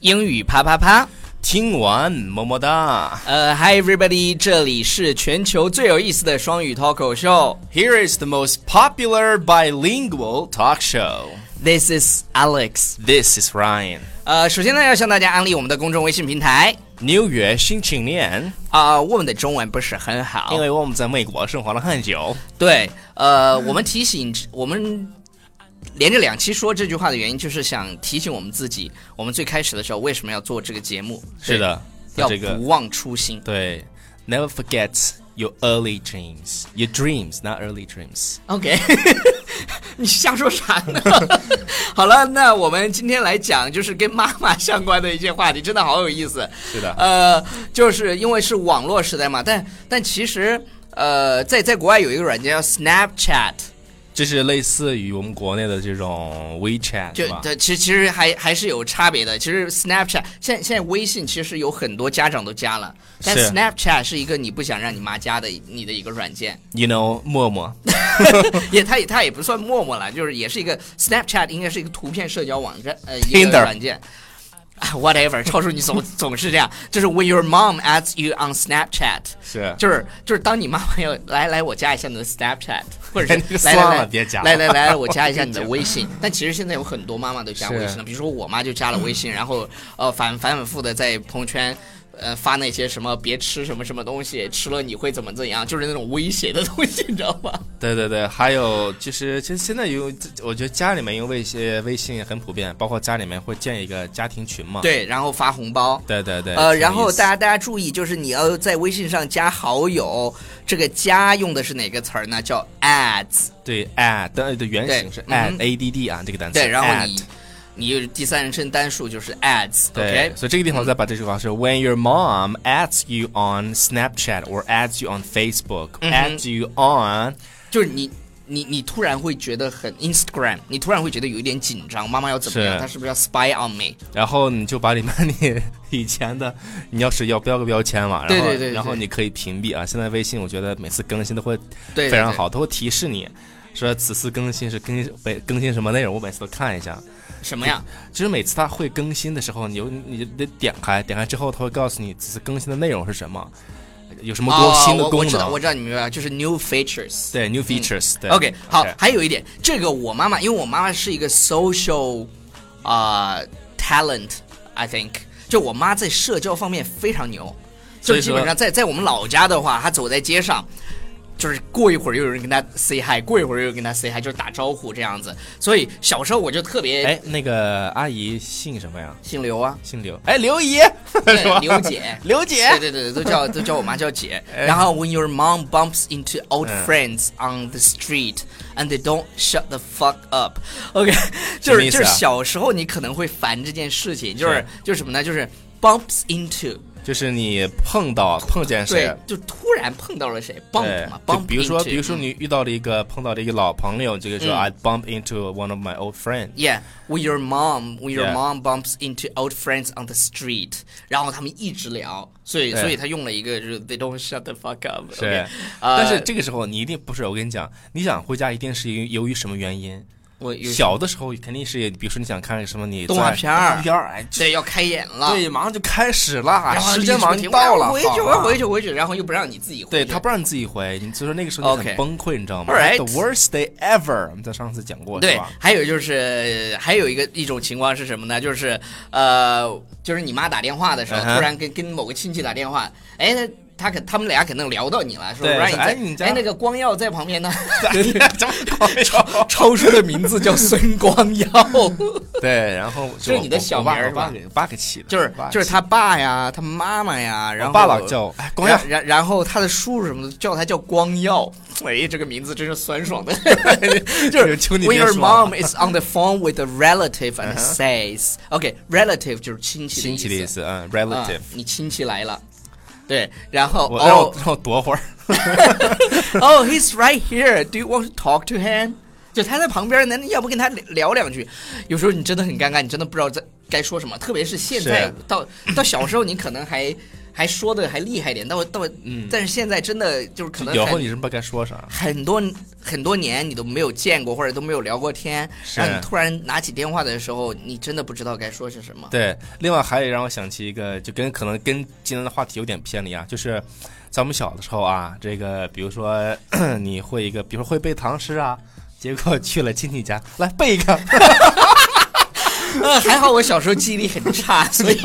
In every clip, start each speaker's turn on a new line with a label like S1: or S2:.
S1: 英语啪啪啪。
S2: 听完么么哒
S1: 呃，Hi everybody，这里是全球最有意思的双语脱口秀。
S2: ！Here is the most popular bilingual talk show.
S1: This is Alex。
S2: This is Ryan.
S1: 呃，首先呢，要向大家安利我们的公众微信平台
S2: 纽约新青年，
S1: 啊、我们的中文不是很好
S2: 因。为我们在美国生活了很久，
S1: 对，呃，我们提醒我们连着两期说这句话的原因，就是想提醒我们自己，我们最开始的时候为什么要做这个节目？
S2: 是的，
S1: 对，要
S2: 这个
S1: 不忘初心。
S2: 对，Never forget your early dreams, your dreams, not early dreams。
S1: OK，你瞎说啥呢？ 好了，那我们今天来讲就是跟妈妈相关的一些话题，真的好有意思。
S2: 是的
S1: 呃，就是因为是网络时代嘛，但但其实呃，在在国外有一个软件叫 Snapchat，
S2: 就是类似于我们国内的这种 WeChat，
S1: 就是
S2: 吧？
S1: 它其实其实还还是有差别的。其实 Snapchat 现在现在微信其实有很多家长都加了，但
S2: 是
S1: Snapchat 是一个你不想让你妈加的你的一个软件。
S2: You know，陌 陌，
S1: 也，它也它也不算陌陌了，就是也是一个 Snapchat，应该是一个图片社交网站，呃，一个
S2: Tinder
S1: 软件。 啊 Whatever，超叔你总总是这样，就是 When your mom asks you on Snapchat，
S2: 是
S1: 就是就是当你妈妈要来来我加一下你的 Snapchat，或者
S2: 哎你
S1: 是来
S2: 算
S1: 来
S2: 了
S1: 来
S2: 别加
S1: 来
S2: 了
S1: 来来我加一 下你的微信。但其实现在有很多妈妈都加
S2: 是
S1: 微信了，比如说我妈就加了微信，然后呃反反反复的在朋友圈。呃，发那些什么别吃什么什么东西，吃了你会怎么怎样，就是那种威胁的东西，你知道吗？
S2: 对对对，还有就是，其实现在有，我觉得家里面用微信微信很普遍，包括家里面会建一个家庭群嘛。
S1: 对，然后发红包。
S2: 对对啊对。
S1: 呃，然后大
S2: 家
S1: 家大家注意，就是你要在微信上加好友，这个加用的是哪个词儿呢？叫 ads。
S2: 对 add 的的原型是
S1: 对
S2: add
S1: 嗯
S2: a d d 啊这个单词。
S1: 对，然后
S2: add
S1: 你你有第三人称单数就是 ads。
S2: 对
S1: OK，嗯
S2: 所以这个地方我再把这句话说：When your mom adds you on Snapchat or adds you on Facebook,
S1: 嗯哼
S2: adds you on，
S1: 就是你你你突然会觉得很 Instagram，你突然会觉得有一点紧张，妈妈要怎么样？
S2: 是
S1: 她是不是要 spy on me？
S2: 然后你就把里面你以前的，你要是要标个标签嘛，然后
S1: 对对对对
S2: 然后你可以屏蔽啊。现在微信我觉得每次更新都会
S1: 对，对
S2: 非常。好，它会提示你说此次更新是更新每更新什么内容，我每次都看一下。
S1: 对什么呀？
S2: 就是每次它会更新的时候，你有你得点开，点开之后它会告诉你此次更新的内容是什么，有什么多、
S1: 哦，
S2: 新的
S1: 我我
S2: 功
S1: 知道，我
S2: 能，
S1: 知道你明白了，就是 new features。
S2: 对 new features，、对哎
S1: OK，好还有一点，这个我妈妈，因为我妈妈是一个 social 啊、talent，I think，就我妈在社交方面非常牛，
S2: 所
S1: 就
S2: 以
S1: 基本
S2: 说
S1: 上在在我们老家的话，她走在街上。就是过一会儿又有人跟她 say hi，过一会儿又有人跟她 say hi，就是打招呼这样子。所以小时候我就特别
S2: 哎，那个阿姨姓什么呀？
S1: 姓刘啊，
S2: 姓刘。哎，刘姨， 是吧
S1: 对，刘姐，
S2: 刘姐。
S1: 对对对，对都叫都叫我妈叫姐。然后 when your mom bumps into old
S2: 嗯
S1: friends on the street and they don't shut the fuck up，OK，、就是、
S2: 意思
S1: 就
S2: 啊
S1: 是小时候你可能会烦这件事情，就是
S2: 是
S1: 就是什么呢？就是 bumps into，
S2: 就是你碰到碰见谁
S1: 对，，就突然碰到了谁
S2: 对
S1: bump 嘛，
S2: 就
S1: ，bump，
S2: 比如说
S1: into，
S2: 比如说你遇到了一个碰到了一个老朋友，这个时
S1: 嗯
S2: 候 I bump into one of my old friends。
S1: Yeah, when your mom, when your
S2: Yeah.
S1: mom bumps into old friends on the street，然后他们一直聊，所以
S2: 对
S1: 所以他用了一个就是 they don't shut the fuck up，
S2: 是
S1: OK，呃
S2: 但是这个时候你一定不是，我跟你讲，你想回家一定是由由于什么原因？
S1: 我有
S2: 小的时候肯定是，比如说你想看个什么你
S1: 动画
S2: 在
S1: 片儿
S2: 动画片儿，哎，
S1: 对要开演了，
S2: 对，马上就开始了，
S1: 啊
S2: 啊
S1: 然后
S2: 时间
S1: 离
S2: 马上
S1: 职
S2: 就
S1: 不停
S2: 到了，
S1: 哎回去，
S2: 好
S1: 我要
S2: 吧
S1: 回去，回去，然后又不让你自己回
S2: 对
S1: 去
S2: 他不让你自己回，你所以说那个时候你
S1: OK
S2: 很崩溃，你知道吗
S1: Alright
S2: ？The worst day ever，我们在上次讲过，是
S1: 对
S2: 吧？，
S1: 还有就是还有一个一种情况是什么呢？就是呃，就是你妈打电话的时候，
S2: 嗯哼
S1: 突然跟跟某个亲戚打电话，哎，他他可他们俩可能聊到你了，说
S2: 对
S1: 让
S2: 说哎你
S1: 你
S2: 家
S1: 在哎那个光耀在旁边呢，
S2: 怎么搞的
S1: 超超叔的名字叫孙光耀，
S2: 对，然后
S1: 这是你的小名
S2: 名
S1: 儿
S2: 儿
S1: 是吧
S2: 爸给爸给起的，
S1: 就是
S2: 爸给
S1: 就是
S2: 起
S1: 他爸呀，他妈妈呀，
S2: 的，
S1: 然后
S2: 我爸老。叫我哎光耀，
S1: 然然然后他的叔叔什么的叫他叫光耀， 哎，这个名字真是酸爽的。
S2: 就是求你
S1: When
S2: 别
S1: your
S2: 说啊 Uh-huh
S1: mom is on the phone with a relative and says, "OK, relative 就是亲戚
S2: 亲戚的
S1: 的
S2: 意
S1: 意
S2: 思，嗯
S1: 啊
S2: ，relative，
S1: 你亲戚来了，对，然后
S2: 我让
S1: 哦
S2: 我让我躲会儿，
S1: 哦，he's right here. Do you want to talk to him?" 就他在旁边呢，那要不跟他聊两句？有时候你真的很尴尬，你真的不知道在该说什么。特别是现在
S2: 是
S1: 到到小时候，你可能还还说的还厉害一点，但我但我，
S2: 嗯
S1: 但是现在真的就是可能
S2: 有时候
S1: 很
S2: 你真不知道该说啥。
S1: 很多很多年你都没有见过或者都没有聊过天，
S2: 是
S1: 然后你突然拿起电话的时候，你真的不知道该说些什么。
S2: 对，另外还有让我想起一个，就跟可能跟今天的话题有点偏离啊，就是在我们小的时候啊，这个比如说 你会一个，比如说会背唐诗啊，结果去了亲戚家，来背一 个，
S1: 呃， 还好我小时候记忆力很 差，所以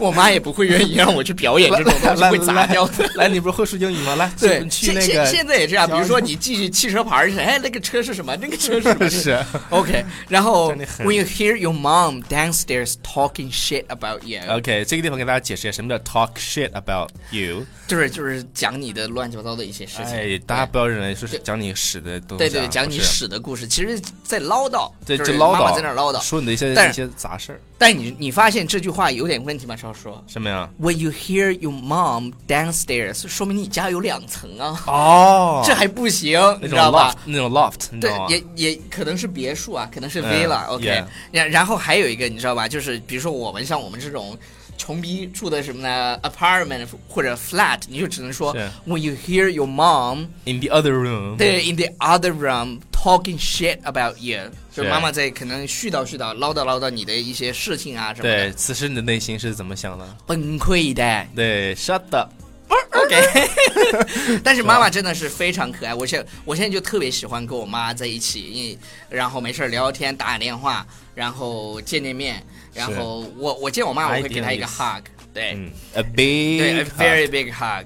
S1: 我妈也不会愿意让我去表演这 种东西，
S2: 来
S1: 会砸掉的。
S2: 来，你不是会说英语吗？来，
S1: 对，
S2: 去去
S1: 现
S2: 那
S1: 现
S2: 个
S1: 现在也这样，比
S2: 教
S1: 如
S2: 你
S1: 说你记汽车牌儿是，哎，那个车是什么？那个车是什么？
S2: 是
S1: OK，然后
S2: 真的很
S1: when you hear your mom downstairs talking shit about you，、
S2: OK，这个地方给大家解释一下什么叫 talk shit about you。
S1: 就是就是讲你的乱七八糟的一些事情。
S2: 哎，大家不要认为说是讲你屎的东西
S1: 对
S2: 啊，
S1: 对对，讲你
S2: 不是，
S1: 屎的故事，其实在唠叨，
S2: 对，
S1: 就是
S2: 就唠
S1: 妈妈
S2: 叨，
S1: 在那儿唠叨。
S2: 说你的一些
S1: 但
S2: 一
S1: 是
S2: 些杂事儿，
S1: 但你你发现这句话有点问题吗？超说
S2: 什么呀？
S1: ，When you hear your mom downstairs，说明你家有两层啊，
S2: 哦
S1: 这还不行，
S2: 那
S1: 你
S2: 种
S1: 知道吧
S2: loft，？那种 loft，你知
S1: 对
S2: 道吗，？
S1: 也也可能是别墅啊，可能是
S2: 嗯
S1: villa，OK、
S2: yeah
S1: 然然后还有一个你知道吧，就是比如说我们像我们这种穷逼住的什么呢，apartment 或者 flat，你就只能说
S2: 是
S1: When you hear your mom
S2: In the other room，
S1: 对 in the other room talking shit about you，就是
S2: 是
S1: 妈妈在可能絮叨絮叨、唠叨唠叨你的一些事情啊什么的，
S2: 对，呃此时你的内心是怎么想的？
S1: 崩溃的。
S2: 对，shut up，呃
S1: OK，但 是妈妈真的是非常可爱。我现我现在就特别喜欢跟我妈在一起，因为然后没事儿聊聊天、打打电话，然后见见面，然后我我见我妈我会给她一个 hug，对、
S2: 嗯，a
S1: 哎对
S2: big，
S1: ，a very big hug。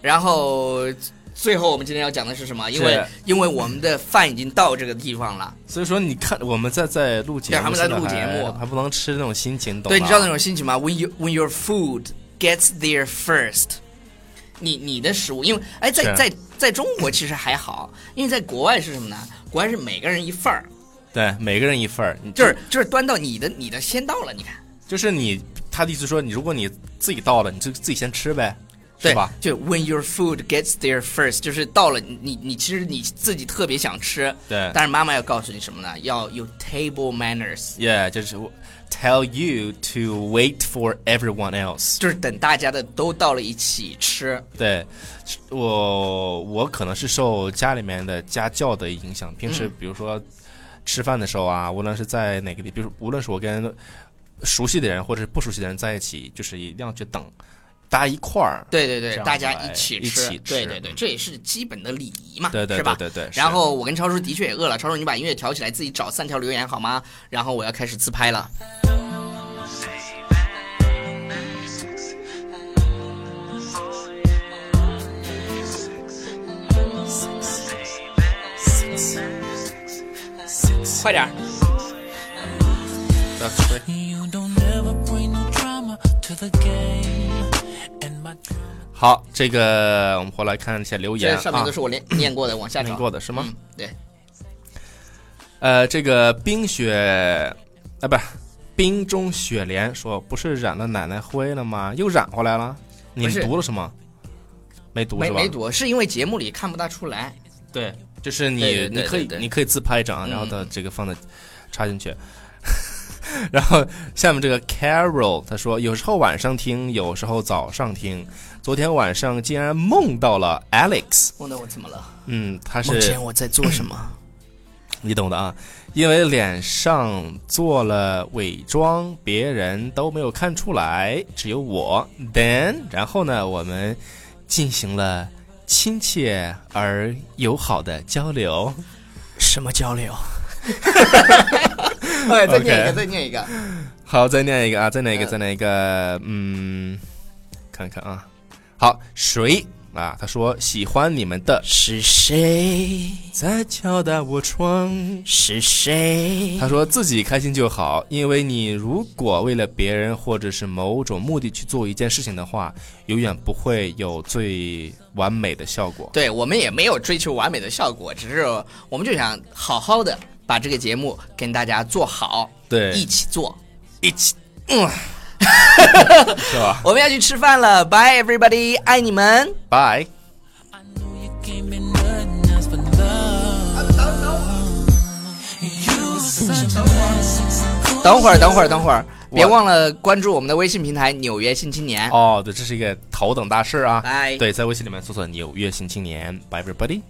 S1: 然后最后我们今天要讲的是什么？因为
S2: 是
S1: 因为我们的饭已经到这个地方了，
S2: 所以说你看我们在在录节目，
S1: 对他们在录节目
S2: 现在还还不能吃那种心情，懂吗？
S1: 对，你知道那种心情吗？When you when your food gets there first，你你的食物，因为哎，在
S2: 是
S1: 在在中国其实还好，因为在国外是什么呢？国外是每个人一份儿，
S2: 对，每个人一份儿，你
S1: 就是就是端到你的你的先到了，你看，
S2: 就是你，他的意思说，你如果你自己到了，你就自己先吃呗，
S1: 对
S2: 是吧？？
S1: 就 when your food gets there first，就是到了你你你其实你自己特别想吃，
S2: 对
S1: 但是妈妈要告诉你什么呢？要有 table manners。
S2: Yeah，就是 tell you to wait for everyone else。
S1: 就是等大家的都到了一起吃，
S2: 对，我我可能是受家里面的家教的影响，平
S1: 嗯
S2: 时比如说吃饭的时候啊，无论是在哪个地，比如无论是我跟熟悉的人或者是不熟悉的人在一起，就是一定要去等，大家一块儿。
S1: 对对对
S2: 这，样
S1: 大家
S2: 来
S1: 一起
S2: 一起吃
S1: 对对对，
S2: 嗯
S1: 这也是基本的礼仪嘛，
S2: 对对
S1: 是
S2: 对
S1: 吧？
S2: 对对。是
S1: 然后我跟超叔的确也饿了，超叔你把音乐调起来，自己找三条留言好吗？然后我要开始自拍了。快点儿！
S2: That's right
S3: You don't ever bring no drama to the game. And my
S2: 好，这个我们回来看一下留言
S1: 这
S2: 啊，
S1: 上面都是 我念念过的，往下
S2: 念
S1: 找。
S2: 过的是吗？
S1: 嗯，对，
S2: 呃，这个冰雪啊，不是冰中雪莲说，不是染了奶奶灰了吗？又染回来了？你
S1: 不是
S2: 们读了是吗？没读
S1: 没
S2: 是吧？
S1: 没读，是因为节目里看不大出来。
S2: 对，就是你
S1: 对对对
S2: 你可以
S1: 对对
S2: 你可以自拍一张，
S1: 嗯
S2: 然后到这个放在插进去。 然后下面这个 Carol 他说，有时候晚上听，有时候早上听。昨天晚上竟然梦到了 Alex，
S1: 梦到我怎么了？
S2: 嗯，他
S1: 梦
S2: 是
S1: 见我在做 什么？
S2: 你懂的啊，因为脸上做了伪装，别人都没有看出来，只有我。Then，然后呢，我们进行了亲切而友好的交流。
S1: 什么交流？哎，再念一个，
S2: OK
S1: 再念一个。
S2: 好，再念一个啊，再念一个，
S1: 嗯
S2: 再念一个，嗯，看看啊，好，谁啊？他说喜欢你们的，
S1: 是谁？
S2: 在敲打我窗。
S1: 是谁
S2: 他？说自己开心就好，因为你如果为了别人或者是某种目的去做一件事情的话，永远不会有最完美的效果。
S1: 对我们也没有追求完美的效果，只是我们就想好好的把这个节目跟大家做好，
S2: 对，
S1: 一起做。
S2: 一起，嗯，是吧
S1: 我们要去吃饭了，Bye everybody，爱你们。
S2: ？Bye。
S3: I know you came in nothing else but love. You such a blessing.
S1: 等会儿，等会儿，等会儿，别忘了关注我们的微信平台《纽约新青年》。
S2: 哦哦，对，这是一个头等大事啊！
S1: 拜。
S2: 对，在微信里面搜索“纽约新青年 ”，Bye everybody。